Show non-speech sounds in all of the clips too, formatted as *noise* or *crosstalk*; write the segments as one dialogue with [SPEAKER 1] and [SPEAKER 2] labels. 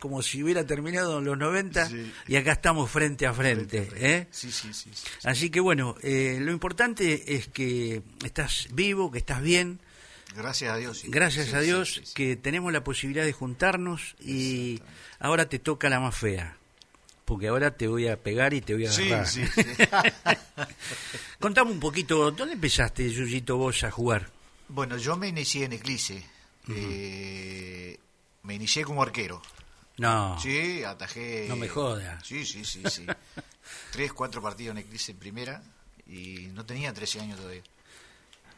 [SPEAKER 1] como si hubiera terminado en los 90
[SPEAKER 2] Sí.
[SPEAKER 1] y acá estamos frente a frente. ¿eh?
[SPEAKER 2] Sí, sí, sí. sí.
[SPEAKER 1] Así que bueno, eh, lo importante es que estás vivo, que estás bien,
[SPEAKER 2] Gracias a Dios. sí.
[SPEAKER 1] gracias
[SPEAKER 2] Sí,
[SPEAKER 1] a
[SPEAKER 2] sí,
[SPEAKER 1] Dios
[SPEAKER 2] sí, sí.
[SPEAKER 1] que tenemos la posibilidad de juntarnos y ahora te toca la más fea, porque ahora te voy a pegar y te voy a
[SPEAKER 2] Sí,
[SPEAKER 1] agarrar.
[SPEAKER 2] sí,
[SPEAKER 1] *laughs*
[SPEAKER 2] sí.
[SPEAKER 1] Contame un poquito, ¿dónde empezaste, Yuyito, vos a jugar?
[SPEAKER 2] bueno, yo me inicié en Eclipse. Eh, me inicié como arquero.
[SPEAKER 1] No,
[SPEAKER 2] Sí, atajé.
[SPEAKER 1] No me joda.
[SPEAKER 2] Sí, sí, sí, sí. Tres, cuatro partidos en Eclipse en primera y no tenía 13 años todavía.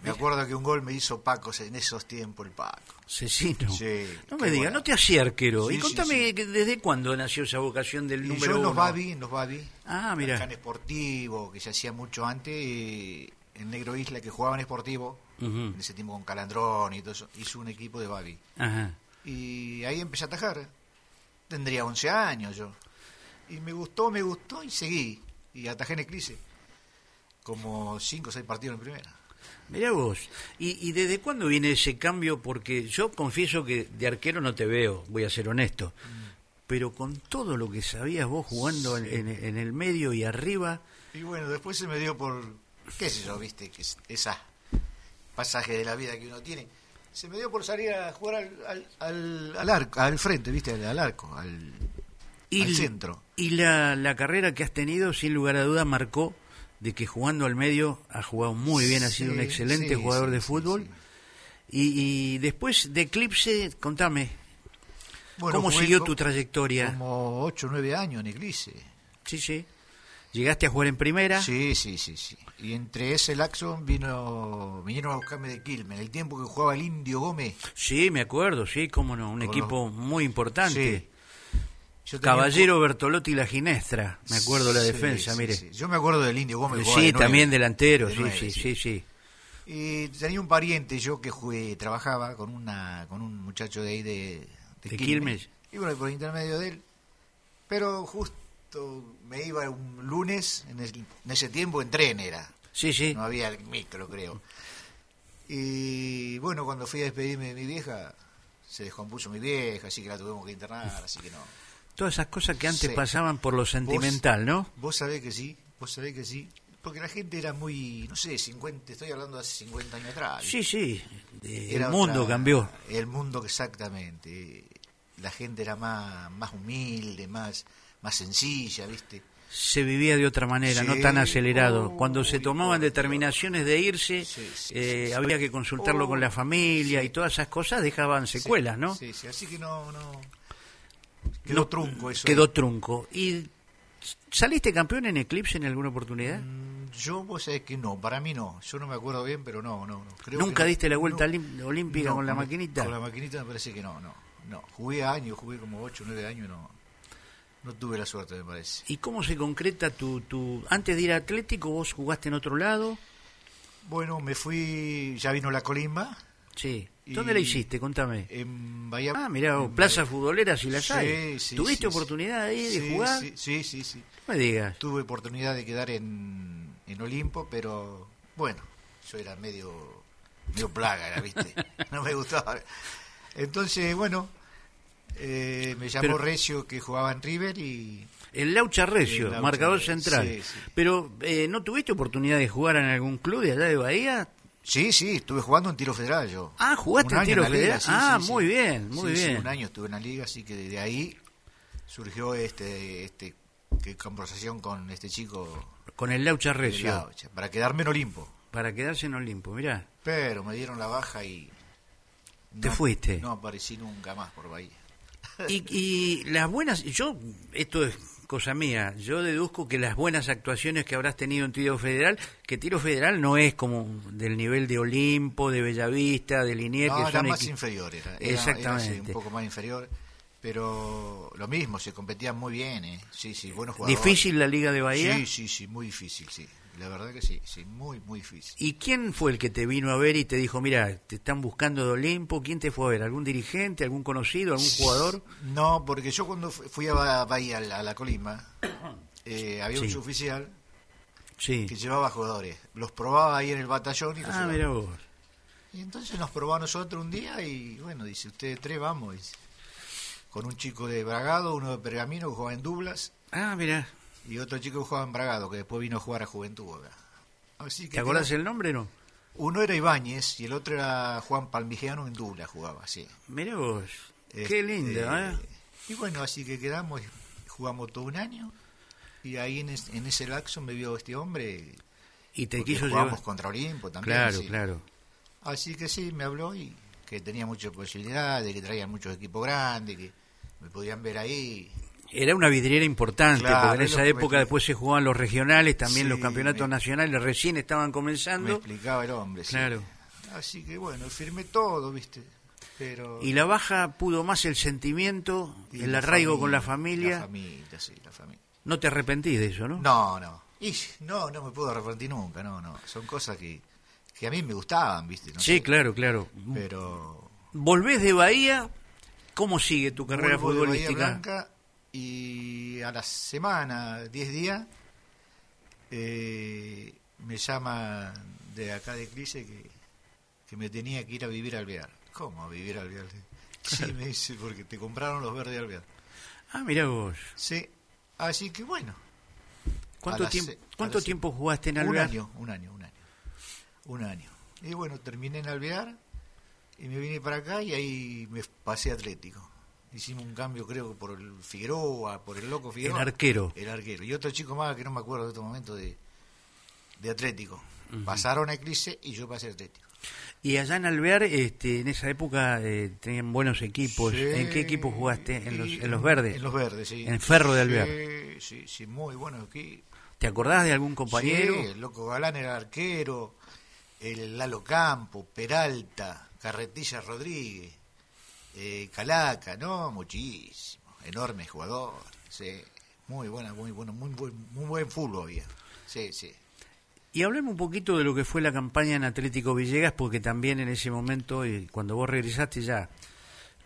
[SPEAKER 2] Me acuerdo que un gol me hizo Paco en esos tiempos, el Paco.
[SPEAKER 1] Cecino.
[SPEAKER 2] Sí,
[SPEAKER 1] no
[SPEAKER 2] qué
[SPEAKER 1] me digas,
[SPEAKER 2] buena.
[SPEAKER 1] no te hacía arquero.
[SPEAKER 2] Sí,
[SPEAKER 1] y
[SPEAKER 2] sí,
[SPEAKER 1] contame
[SPEAKER 2] sí.
[SPEAKER 1] que- desde cuándo nació esa vocación del
[SPEAKER 2] Y
[SPEAKER 1] número
[SPEAKER 2] yo en los
[SPEAKER 1] uno?
[SPEAKER 2] Babi, en los Babi,
[SPEAKER 1] Ah, mira.
[SPEAKER 2] acá en Esportivo, que se hacía mucho antes, y en Negro Isla, que jugaban Esportivo,
[SPEAKER 1] Ujú.
[SPEAKER 2] en ese tiempo con Calandrón y todo eso, hizo un equipo de Babi.
[SPEAKER 1] Ajá.
[SPEAKER 2] Y ahí empecé a atajar. Tendría 11 años yo. Y me gustó, me gustó y seguí. Y atajé en Eclipse. Como 5 o 6 partidos en primera.
[SPEAKER 1] Mirá vos. ¿Y, y desde cuándo viene ese cambio? Porque yo confieso que de arquero no te veo, voy a ser honesto.
[SPEAKER 2] Mm.
[SPEAKER 1] Pero con todo lo que sabías vos jugando en, en- en el medio y arriba,
[SPEAKER 2] Y bueno, después se me dio por, qué sé yo, viste, que es- esas pasajes de la vida que uno tiene. Se me dio por salir a jugar al, al, al, al arco, al frente, viste, al, al arco, al,
[SPEAKER 1] y,
[SPEAKER 2] al
[SPEAKER 1] l-
[SPEAKER 2] centro.
[SPEAKER 1] y la, la carrera que has tenido, sin lugar a duda, marcó de que jugando al medio has jugado muy bien, has sido un
[SPEAKER 2] Sí,
[SPEAKER 1] excelente
[SPEAKER 2] sí,
[SPEAKER 1] jugador
[SPEAKER 2] sí,
[SPEAKER 1] de
[SPEAKER 2] sí,
[SPEAKER 1] fútbol.
[SPEAKER 2] sí.
[SPEAKER 1] Y, y después de Eclipse, contame,
[SPEAKER 2] Bueno,
[SPEAKER 1] ¿cómo
[SPEAKER 2] jugué
[SPEAKER 1] siguió
[SPEAKER 2] co-
[SPEAKER 1] tu trayectoria?
[SPEAKER 2] Como 8 o 9 años en Eclipse.
[SPEAKER 1] Sí, sí. Llegaste a jugar en primera.
[SPEAKER 2] Sí, sí, sí, sí. Y entre ese laxo vino, vinieron a buscarme de Quilmes, el tiempo que jugaba el Indio Gómez.
[SPEAKER 1] Sí, me acuerdo, sí, cómo no, un
[SPEAKER 2] Cómo
[SPEAKER 1] equipo muy importante.
[SPEAKER 2] Sí. Yo tenía-
[SPEAKER 1] Caballero Bertolotti y la Ginestra, me acuerdo la
[SPEAKER 2] Sí,
[SPEAKER 1] defensa,
[SPEAKER 2] sí,
[SPEAKER 1] mire.
[SPEAKER 2] sí.
[SPEAKER 1] Sí,
[SPEAKER 2] Yo me acuerdo del Indio Gómez. jugaba de nueve.
[SPEAKER 1] también delantero,
[SPEAKER 2] De
[SPEAKER 1] sí,
[SPEAKER 2] nueve,
[SPEAKER 1] sí, sí, sí.
[SPEAKER 2] Y tenía un pariente yo que jugué, trabajaba con una con un muchacho de ahí de,
[SPEAKER 1] De Quilmes.
[SPEAKER 2] Y bueno, por intermedio de él. Pero justo me iba un lunes, en, el- en ese tiempo en tren era.
[SPEAKER 1] Sí, sí.
[SPEAKER 2] No había el micro, creo. Y bueno, cuando fui a despedirme de mi vieja, se descompuso mi vieja, así que la tuvimos que internar, así que no.
[SPEAKER 1] Todas esas cosas que antes
[SPEAKER 2] Sí.
[SPEAKER 1] pasaban por lo sentimental, ¿no?
[SPEAKER 2] Vos sabés que sí, vos sabés que sí. Porque la gente era muy, no sé, 50, estoy hablando de hace 50 años atrás.
[SPEAKER 1] Sí, sí. eh,
[SPEAKER 2] Era
[SPEAKER 1] el mundo
[SPEAKER 2] otra-
[SPEAKER 1] cambió.
[SPEAKER 2] El mundo, exactamente. La gente era más, más humilde, más, más sencilla, ¿viste?
[SPEAKER 1] se vivía de otra manera,
[SPEAKER 2] Sí.
[SPEAKER 1] no tan acelerado.
[SPEAKER 2] Uy,
[SPEAKER 1] Cuando se tomaban
[SPEAKER 2] por
[SPEAKER 1] determinaciones de irse,
[SPEAKER 2] Sí, sí,
[SPEAKER 1] eh,
[SPEAKER 2] sí.
[SPEAKER 1] había que consultarlo con la familia y todas esas cosas dejaban secuelas, ¿no?
[SPEAKER 2] Sí, sí, así que no, no. Quedó
[SPEAKER 1] No,
[SPEAKER 2] trunco eso.
[SPEAKER 1] Quedó trunco. ¿Y saliste campeón en Eclipse en alguna oportunidad?
[SPEAKER 2] Mm, Yo, vos sabés que no, para mí no. Yo no me acuerdo bien, pero no, no, no. Creo
[SPEAKER 1] ¿Nunca
[SPEAKER 2] que no.
[SPEAKER 1] diste la vuelta
[SPEAKER 2] No.
[SPEAKER 1] olim- olímpica
[SPEAKER 2] No,
[SPEAKER 1] con la
[SPEAKER 2] me-
[SPEAKER 1] maquinita?
[SPEAKER 2] Con la maquinita me parece que no, no. no. Jugué años, jugué como 8, 9 años y no, no tuve la suerte, me parece.
[SPEAKER 1] ¿Y cómo se concreta tu, tu... Antes de ir a Atlético, vos jugaste en otro lado?
[SPEAKER 2] Bueno, me fui, ya vino la colimba
[SPEAKER 1] Sí.
[SPEAKER 2] Y-
[SPEAKER 1] ¿Dónde la hiciste? Contame.
[SPEAKER 2] en Bahía.
[SPEAKER 1] Ah, mirá, vos,
[SPEAKER 2] en
[SPEAKER 1] Plaza
[SPEAKER 2] Bahía-
[SPEAKER 1] Futbolera, si la
[SPEAKER 2] Sí,
[SPEAKER 1] hay.
[SPEAKER 2] sí,
[SPEAKER 1] ¿Tuviste
[SPEAKER 2] sí,
[SPEAKER 1] oportunidad ahí de
[SPEAKER 2] sí,
[SPEAKER 1] jugar?
[SPEAKER 2] Sí, sí, sí, sí.
[SPEAKER 1] No me digas.
[SPEAKER 2] Tuve oportunidad de quedar en, en Olimpo, pero bueno, yo era medio, medio plaga, era,
[SPEAKER 1] *laughs*
[SPEAKER 2] ¿viste? No me gustaba. Entonces, bueno, eh, me llamó
[SPEAKER 1] Pero-
[SPEAKER 2] Recio que jugaba en River y
[SPEAKER 1] El Laucha Recio,
[SPEAKER 2] El Laucha
[SPEAKER 1] marcador
[SPEAKER 2] Recio,
[SPEAKER 1] central.
[SPEAKER 2] sí, sí.
[SPEAKER 1] Pero, eh, ¿no tuviste oportunidad de jugar en algún club de allá de Bahía?
[SPEAKER 2] Sí, sí, estuve jugando en tiro federal yo.
[SPEAKER 1] Ah, ¿jugaste en
[SPEAKER 2] Un año
[SPEAKER 1] tiro
[SPEAKER 2] la liga,
[SPEAKER 1] federal?
[SPEAKER 2] sí,
[SPEAKER 1] Ah,
[SPEAKER 2] sí, sí.
[SPEAKER 1] muy bien, muy
[SPEAKER 2] Sí, sí,
[SPEAKER 1] bien.
[SPEAKER 2] un año estuve en la liga, así que desde ahí surgió este este que conversación con este chico
[SPEAKER 1] Con el Laucha
[SPEAKER 2] de
[SPEAKER 1] Recio,
[SPEAKER 2] Laucha, para quedarme en Olimpo.
[SPEAKER 1] para quedarse en Olimpo, mirá.
[SPEAKER 2] Pero me dieron la baja y
[SPEAKER 1] Te fuiste.
[SPEAKER 2] No aparecí nunca más por Bahía.
[SPEAKER 1] Y, y las buenas, yo, esto es cosa mía, yo deduzco que las buenas actuaciones que habrás tenido en Tiro Federal, que Tiro Federal no es como del nivel de Olimpo, de Bellavista, de Liniers,
[SPEAKER 2] No,
[SPEAKER 1] que
[SPEAKER 2] era
[SPEAKER 1] son
[SPEAKER 2] más
[SPEAKER 1] equi-
[SPEAKER 2] inferior, era, era- era,
[SPEAKER 1] Exactamente.
[SPEAKER 2] sí, un poco más inferior, pero lo mismo, se competían muy bien, eh. Sí, sí, buenos jugadores.
[SPEAKER 1] difícil la Liga de Bahía.
[SPEAKER 2] Sí, sí, sí, muy difícil, sí. La verdad que sí, sí, muy muy difícil.
[SPEAKER 1] ¿Y quién fue el que te vino a ver y te dijo, mira, te están buscando de Olimpo? ¿Quién te fue a ver? ¿Algún dirigente, algún conocido, algún jugador?
[SPEAKER 2] No, porque yo cuando fu- fui a Ba- Bahía, a la, a la Colima, eh, había un
[SPEAKER 1] Sí.
[SPEAKER 2] suboficial
[SPEAKER 1] Sí.
[SPEAKER 2] que llevaba jugadores. Los probaba ahí en el batallón y los
[SPEAKER 1] Ah,
[SPEAKER 2] llevaba.
[SPEAKER 1] mira vos.
[SPEAKER 2] Y entonces nos probó a nosotros un día y bueno, dice, ustedes tres vamos. dice. con un chico de Bragado, uno de Pergamino que jugaba en Dublas
[SPEAKER 1] Ah, mira.
[SPEAKER 2] y otro chico que jugaba en Bragado que después vino a jugar a Juventud acá. Así que
[SPEAKER 1] ¿Te acordás el nombre no?
[SPEAKER 2] uno era Ibáñez y el otro era Juan Palmigiano en Dublas jugaba, sí.
[SPEAKER 1] Mirá vos.
[SPEAKER 2] Este,
[SPEAKER 1] Qué lindo, ¿eh?
[SPEAKER 2] Y bueno, así que quedamos, y jugamos todo un año. Y ahí en, es- en ese laxo me vio este hombre.
[SPEAKER 1] Y te
[SPEAKER 2] porque
[SPEAKER 1] quiso
[SPEAKER 2] jugamos
[SPEAKER 1] llevar.
[SPEAKER 2] contra Olimpo también.
[SPEAKER 1] Claro,
[SPEAKER 2] sí.
[SPEAKER 1] claro.
[SPEAKER 2] Así que sí, me habló y que tenía muchas posibilidades, que traían muchos equipos grandes, que me podían ver ahí.
[SPEAKER 1] Era una vidriera importante,
[SPEAKER 2] Claro,
[SPEAKER 1] porque en
[SPEAKER 2] es
[SPEAKER 1] esa
[SPEAKER 2] lo que me
[SPEAKER 1] época
[SPEAKER 2] dijo.
[SPEAKER 1] después se jugaban los regionales, también
[SPEAKER 2] Sí,
[SPEAKER 1] los campeonatos
[SPEAKER 2] me-
[SPEAKER 1] nacionales recién estaban
[SPEAKER 2] Me
[SPEAKER 1] comenzando.
[SPEAKER 2] explicaba el hombre. sí.
[SPEAKER 1] Claro.
[SPEAKER 2] Así que bueno, firmé todo, ¿viste? Pero.
[SPEAKER 1] Y la baja pudo más el sentimiento,
[SPEAKER 2] y
[SPEAKER 1] el
[SPEAKER 2] la
[SPEAKER 1] arraigo con la
[SPEAKER 2] La
[SPEAKER 1] familia.
[SPEAKER 2] familia, sí, la familia.
[SPEAKER 1] No te arrepentís de eso, ¿no?
[SPEAKER 2] No, no. Y no, no me puedo arrepentir nunca, no, no. Son cosas que, que a mí me gustaban, ¿viste? No
[SPEAKER 1] sí,
[SPEAKER 2] sé,
[SPEAKER 1] claro, claro.
[SPEAKER 2] Pero.
[SPEAKER 1] Volvés de Bahía, ¿cómo sigue tu carrera
[SPEAKER 2] vuelvo de Bahía
[SPEAKER 1] futbolística?
[SPEAKER 2] Blanca y a la semana, 10 días, eh, me llama de acá de Crise que, que me tenía que ir a vivir al Alvear. ¿Cómo a vivir al Alvear? Sí, me dice, porque te compraron los verdes de Alvear.
[SPEAKER 1] Ah, mirá vos.
[SPEAKER 2] Sí, así que bueno,
[SPEAKER 1] ¿Cuánto,
[SPEAKER 2] las
[SPEAKER 1] tiemp-
[SPEAKER 2] se- a
[SPEAKER 1] cuánto
[SPEAKER 2] las se-
[SPEAKER 1] tiempo jugaste en
[SPEAKER 2] un
[SPEAKER 1] Alvear?
[SPEAKER 2] año, un año, un año. Un año. Y bueno, terminé en Alvear y me vine para acá y ahí me pasé a Atlético. Hicimos un cambio, creo, por el Figueroa, por el loco
[SPEAKER 1] El
[SPEAKER 2] Figueroa.
[SPEAKER 1] arquero.
[SPEAKER 2] El arquero. Y otro chico más que no me acuerdo de este momento de, de Atlético. Pasaron a Eclipse y yo pasé a Atlético.
[SPEAKER 1] Y allá en Alvear, este, en esa época eh, tenían buenos equipos.
[SPEAKER 2] Sí,
[SPEAKER 1] ¿En qué equipo jugaste? En los,
[SPEAKER 2] y-
[SPEAKER 1] en los verdes.
[SPEAKER 2] En los verdes, sí.
[SPEAKER 1] En Ferro de
[SPEAKER 2] Sí,
[SPEAKER 1] Alvear.
[SPEAKER 2] Sí, sí, muy bueno aquí.
[SPEAKER 1] ¿Te acordás de algún compañero?
[SPEAKER 2] Sí, el loco Galán era arquero, el Lalo Campo, Peralta, Carretilla Rodríguez, eh, Calaca, no, muchísimo, enorme jugador, sí, muy buena, muy bueno, muy buen, muy buen fútbol había, sí, sí.
[SPEAKER 1] Y hablemos un poquito de lo que fue la campaña en Atlético Villegas, porque también en ese momento, eh, cuando vos regresaste ya,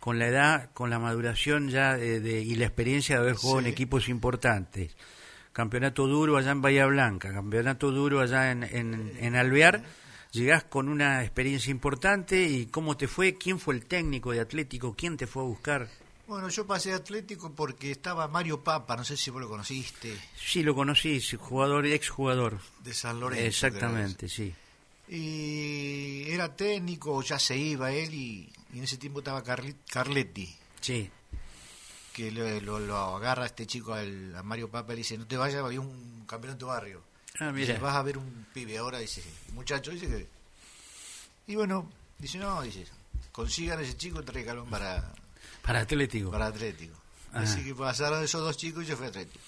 [SPEAKER 1] con la edad, con la maduración ya eh, de- y la experiencia de haber jugado
[SPEAKER 2] Sí.
[SPEAKER 1] en equipos importantes, campeonato duro allá en Bahía Blanca, campeonato duro allá en, en, en Alvear, llegás con una experiencia importante y cómo te fue, quién fue el técnico de Atlético, quién te fue a buscar.
[SPEAKER 2] Bueno, yo pasé a Atlético porque estaba Mario Papa, no sé si vos lo conociste,
[SPEAKER 1] Sí, lo conocí, sí, jugador y exjugador.
[SPEAKER 2] de San Lorenzo.
[SPEAKER 1] Exactamente, sí.
[SPEAKER 2] creo. Y era técnico, ya se iba él y, y en ese tiempo estaba Carli- Carletti.
[SPEAKER 1] Sí.
[SPEAKER 2] que lo, lo- lo agarra este chico al, a Mario Papa y le dice, no te vayas, había un campeón en tu barrio.
[SPEAKER 1] Ah,
[SPEAKER 2] Dice,
[SPEAKER 1] mira.
[SPEAKER 2] vas a ver un pibe ahora, dice, muchacho, dice que... Y bueno, dice, no, dice, consigan a ese chico, tráigalo para,
[SPEAKER 1] Para Atlético.
[SPEAKER 2] para Atlético.
[SPEAKER 1] Ah.
[SPEAKER 2] Así que pasaron esos dos chicos y yo fui a Atlético.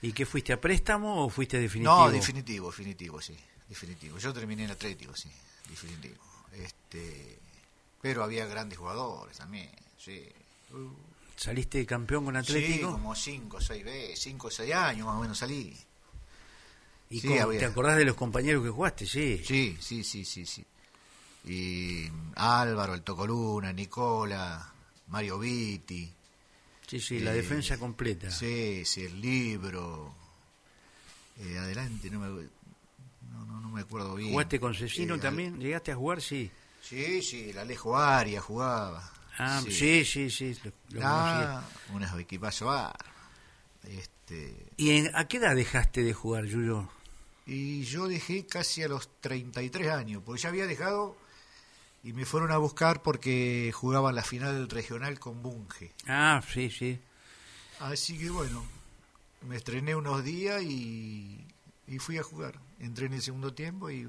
[SPEAKER 1] ¿Y qué fuiste a préstamo o fuiste definitivo?
[SPEAKER 2] No, definitivo, definitivo, sí, definitivo. Yo terminé en Atlético, sí, definitivo. Este, pero había grandes jugadores también, sí.
[SPEAKER 1] ¿Saliste campeón con
[SPEAKER 2] Sí,
[SPEAKER 1] Atlético?
[SPEAKER 2] como cinco, seis veces, cinco, seis años más o menos salí.
[SPEAKER 1] ¿Y
[SPEAKER 2] sí,
[SPEAKER 1] cómo-
[SPEAKER 2] había.
[SPEAKER 1] te acordás de los compañeros que jugaste? Sí.
[SPEAKER 2] Sí, sí, sí, sí, sí. Y mm, Álvaro, el Tocoluna, Nicola, Mario Vitti,
[SPEAKER 1] Sí, sí, la
[SPEAKER 2] Eh,
[SPEAKER 1] defensa completa.
[SPEAKER 2] sí, sí, el libro. Eh, adelante, no me, no, no, no me acuerdo bien.
[SPEAKER 1] ¿Jugaste con Cecino
[SPEAKER 2] Eh, al-
[SPEAKER 1] también? ¿Llegaste a jugar? Sí.
[SPEAKER 2] Sí, sí, el Alejo Arias jugaba.
[SPEAKER 1] Ah, sí, sí, sí. lo- lo conocí.
[SPEAKER 2] Ah, unos equipazos. ah. Este,
[SPEAKER 1] ¿Y en- a qué edad dejaste de jugar, Yuyo?
[SPEAKER 2] Y yo dejé casi a los 33 años, porque ya había dejado y me fueron a buscar porque jugaban la final regional con Bunge.
[SPEAKER 1] Ah, sí, sí.
[SPEAKER 2] Así que bueno, me estrené unos días y, y fui a jugar. Entré en el segundo tiempo y...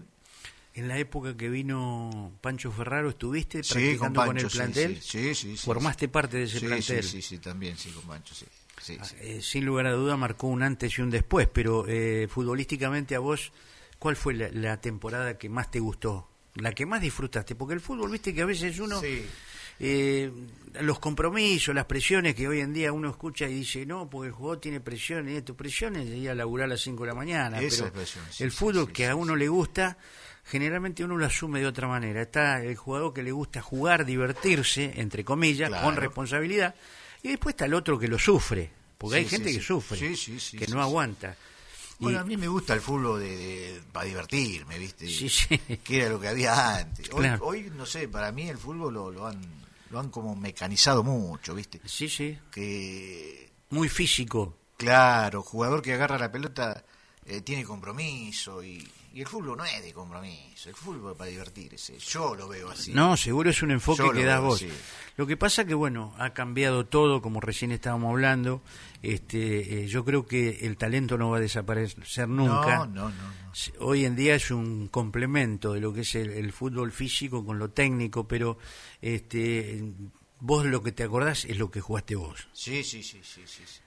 [SPEAKER 1] En la época que vino Pancho Ferraro, ¿estuviste practicando con, el
[SPEAKER 2] sí,
[SPEAKER 1] plantel?
[SPEAKER 2] Sí, sí, sí.
[SPEAKER 1] Formaste parte de ese
[SPEAKER 2] Sí,
[SPEAKER 1] plantel.
[SPEAKER 2] Sí, sí, sí, también, sí, con Pancho, sí. sí, sí.
[SPEAKER 1] Eh, sin lugar a duda marcó un antes y un después, pero eh, futbolísticamente a vos, ¿cuál fue la, la temporada que más te gustó? La que más disfrutaste, porque el fútbol, viste que a veces uno,
[SPEAKER 2] Sí.
[SPEAKER 1] eh, los compromisos, las presiones que hoy en día uno escucha y dice, no, porque el jugador tiene presiones, y esto, presiones de ir a laburar a las 5 de la mañana.
[SPEAKER 2] Esa
[SPEAKER 1] pero
[SPEAKER 2] es presión, sí,
[SPEAKER 1] el
[SPEAKER 2] sí,
[SPEAKER 1] fútbol
[SPEAKER 2] sí,
[SPEAKER 1] que a uno le gusta, generalmente uno lo asume de otra manera. Está el jugador que le gusta jugar, divertirse, entre comillas,
[SPEAKER 2] Claro.
[SPEAKER 1] con responsabilidad, y después está el otro que lo sufre, porque
[SPEAKER 2] Sí,
[SPEAKER 1] hay gente
[SPEAKER 2] sí,
[SPEAKER 1] que
[SPEAKER 2] sí.
[SPEAKER 1] sufre,
[SPEAKER 2] Sí, sí, sí,
[SPEAKER 1] que
[SPEAKER 2] sí,
[SPEAKER 1] no
[SPEAKER 2] sí.
[SPEAKER 1] aguanta. Y-
[SPEAKER 2] Bueno, a mí me gusta el fútbol de, para divertirme, ¿viste?
[SPEAKER 1] Sí, *laughs* sí.
[SPEAKER 2] *laughs* Que era lo que había antes. Hoy,
[SPEAKER 1] Claro.
[SPEAKER 2] hoy, no sé, para mí el fútbol lo, lo han, lo han como mecanizado mucho, ¿viste?
[SPEAKER 1] Sí, sí.
[SPEAKER 2] Que,
[SPEAKER 1] Muy físico.
[SPEAKER 2] claro, jugador que agarra la pelota eh, tiene compromiso y, y el fútbol no es de compromiso, el fútbol es para divertirse, yo lo veo así.
[SPEAKER 1] No, seguro es un enfoque
[SPEAKER 2] Yo lo
[SPEAKER 1] que das
[SPEAKER 2] veo
[SPEAKER 1] vos.
[SPEAKER 2] así.
[SPEAKER 1] Lo que pasa que, bueno, ha cambiado todo, como recién estábamos hablando. Este, eh, yo creo que el talento no va a desaparecer nunca.
[SPEAKER 2] No, no, no, no.
[SPEAKER 1] Se- Hoy en día es un complemento de lo que es el, el fútbol físico con lo técnico, pero este, vos lo que te acordás es lo que jugaste vos.
[SPEAKER 2] Sí, sí, sí, sí, sí. sí.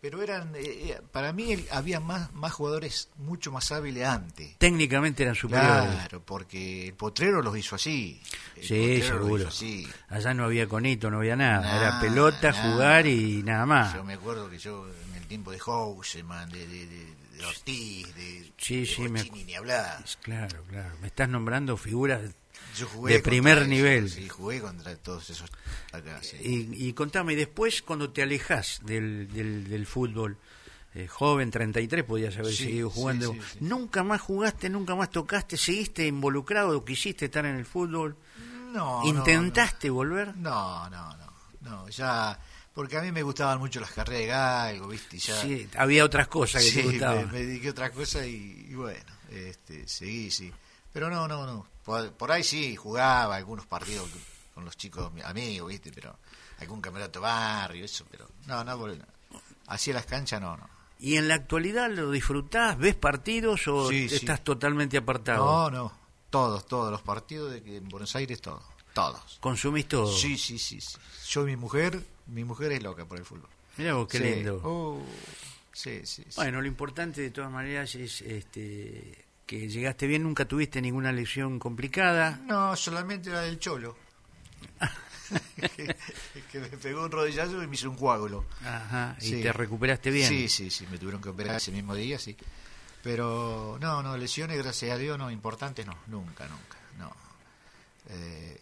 [SPEAKER 2] Pero eran, eh, eh, para mí el- había más, más jugadores mucho más hábiles antes.
[SPEAKER 1] Técnicamente eran superiores.
[SPEAKER 2] Claro, porque el potrero los hizo así. El
[SPEAKER 1] Sí,
[SPEAKER 2] Potrero los
[SPEAKER 1] seguro.
[SPEAKER 2] hizo así.
[SPEAKER 1] Allá no había conito, no había nada. Era
[SPEAKER 2] Nada,
[SPEAKER 1] pelota,
[SPEAKER 2] nada.
[SPEAKER 1] jugar y nada más.
[SPEAKER 2] Yo me acuerdo que yo en el tiempo de Houseman, de, de, de- de Ortiz, de,
[SPEAKER 1] Sí,
[SPEAKER 2] de
[SPEAKER 1] sí, me
[SPEAKER 2] Bochini, ni hablar.
[SPEAKER 1] Claro, claro. Me estás nombrando figuras
[SPEAKER 2] Yo jugué
[SPEAKER 1] De
[SPEAKER 2] contra
[SPEAKER 1] primer
[SPEAKER 2] ellos,
[SPEAKER 1] nivel.
[SPEAKER 2] Sí, jugué contra todos esos acá. sí.
[SPEAKER 1] Y, y contame, y después cuando te alejas del, del, del fútbol, eh, joven, 33, podías haber
[SPEAKER 2] Sí,
[SPEAKER 1] seguido
[SPEAKER 2] sí,
[SPEAKER 1] jugando.
[SPEAKER 2] sí, sí.
[SPEAKER 1] Nunca más jugaste, nunca más tocaste, seguiste involucrado, quisiste estar en el fútbol.
[SPEAKER 2] No, no,
[SPEAKER 1] ¿Intentaste volver?
[SPEAKER 2] No, no, no, no, ya, porque a mí me gustaban mucho las carreras de galgo, viste, y ya.
[SPEAKER 1] Sí, había otras cosas que
[SPEAKER 2] Sí,
[SPEAKER 1] te
[SPEAKER 2] me,
[SPEAKER 1] gustaban.
[SPEAKER 2] me dediqué a otra cosa y, y bueno, este, seguí, sí. Pero no, no, no. Por, por ahí sí, jugaba algunos partidos con los chicos mi- amigos, ¿viste? Pero algún campeonato barrio, eso, pero no, no, por, así a las canchas no, no.
[SPEAKER 1] ¿Y en la actualidad lo disfrutás? ¿Ves partidos o
[SPEAKER 2] Sí, sí.
[SPEAKER 1] estás totalmente apartado?
[SPEAKER 2] No, no. Todos, todos los partidos de que en Buenos Aires, todos, todos.
[SPEAKER 1] ¿Consumís todo?
[SPEAKER 2] Sí, sí, sí, sí. Yo mi mujer, mi mujer es loca por el fútbol.
[SPEAKER 1] Mirá vos, qué
[SPEAKER 2] Sí.
[SPEAKER 1] lindo.
[SPEAKER 2] Oh, sí, sí, sí.
[SPEAKER 1] Bueno, lo importante de todas maneras es este, que llegaste bien, nunca tuviste ninguna lesión complicada.
[SPEAKER 2] No, solamente la del cholo. que, que me pegó un rodillazo y me hizo un coágulo.
[SPEAKER 1] Ajá, y
[SPEAKER 2] Sí.
[SPEAKER 1] te recuperaste bien.
[SPEAKER 2] Sí, sí, sí, me tuvieron que operar ese mismo día, sí. Pero no, no, lesiones, gracias a Dios, no, importantes no, nunca, nunca, no. Eh,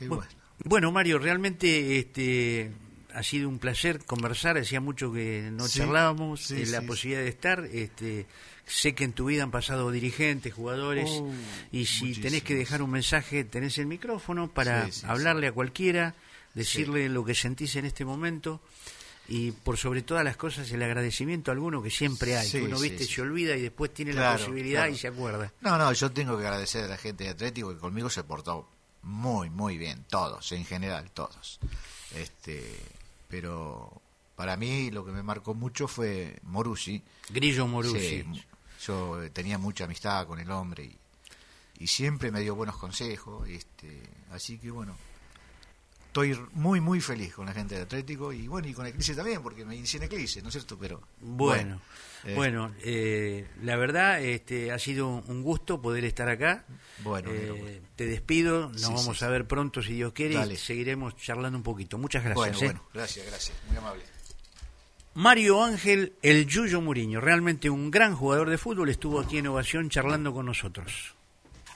[SPEAKER 2] y
[SPEAKER 1] Bu-
[SPEAKER 2] bueno,
[SPEAKER 1] Bueno, Mario, realmente este, ha sido un placer conversar. Hacía mucho que no
[SPEAKER 2] Sí,
[SPEAKER 1] charlábamos.
[SPEAKER 2] sí,
[SPEAKER 1] eh, la
[SPEAKER 2] sí,
[SPEAKER 1] posibilidad de estar. Este, sé que en tu vida han pasado dirigentes, jugadores.
[SPEAKER 2] Uh,
[SPEAKER 1] y si tenés
[SPEAKER 2] muchísimos.
[SPEAKER 1] que dejar un mensaje, tenés el micrófono para
[SPEAKER 2] Sí, sí,
[SPEAKER 1] hablarle a cualquiera, decirle lo que sentís en este momento. Y por sobre todas las cosas, el agradecimiento a alguno que siempre hay.
[SPEAKER 2] Sí,
[SPEAKER 1] que uno,
[SPEAKER 2] sí,
[SPEAKER 1] viste,
[SPEAKER 2] sí.
[SPEAKER 1] se olvida y después tiene la
[SPEAKER 2] Claro,
[SPEAKER 1] posibilidad
[SPEAKER 2] claro.
[SPEAKER 1] y se acuerda.
[SPEAKER 2] no, no, yo tengo que agradecer a la gente de Atlético que conmigo se portó muy, muy bien, todos, en general, todos. Este, pero para mí lo que me marcó mucho fue Morusi.
[SPEAKER 1] Grillo Morucci.
[SPEAKER 2] Sí, mu- yo eh, tenía mucha amistad con el hombre y, y siempre me dio buenos consejos. Este, así que bueno, estoy r- muy, muy feliz con la gente de Atlético y bueno, y con Eclipse también, porque me inicié en Eclipse, ¿no es cierto? Pero
[SPEAKER 1] Bueno,
[SPEAKER 2] eh,
[SPEAKER 1] bueno, eh, la verdad este, ha sido un gusto poder estar acá.
[SPEAKER 2] Bueno,
[SPEAKER 1] Eh,
[SPEAKER 2] bueno.
[SPEAKER 1] te despido, nos
[SPEAKER 2] Sí, sí,
[SPEAKER 1] vamos
[SPEAKER 2] sí.
[SPEAKER 1] a ver pronto si Dios quiere y
[SPEAKER 2] Dale.
[SPEAKER 1] seguiremos charlando un poquito. Muchas gracias.
[SPEAKER 2] bueno,
[SPEAKER 1] ¿eh?
[SPEAKER 2] bueno, gracias, gracias, muy amable.
[SPEAKER 1] Mario Ángel El Yuyo Muriño, realmente un gran jugador de fútbol, estuvo aquí en Ovación charlando con nosotros.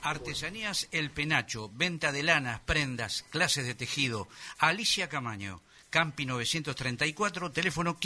[SPEAKER 3] Artesanías El Penacho, venta de lanas, prendas, clases de tejido. Alicia Camaño, Campi 934, teléfono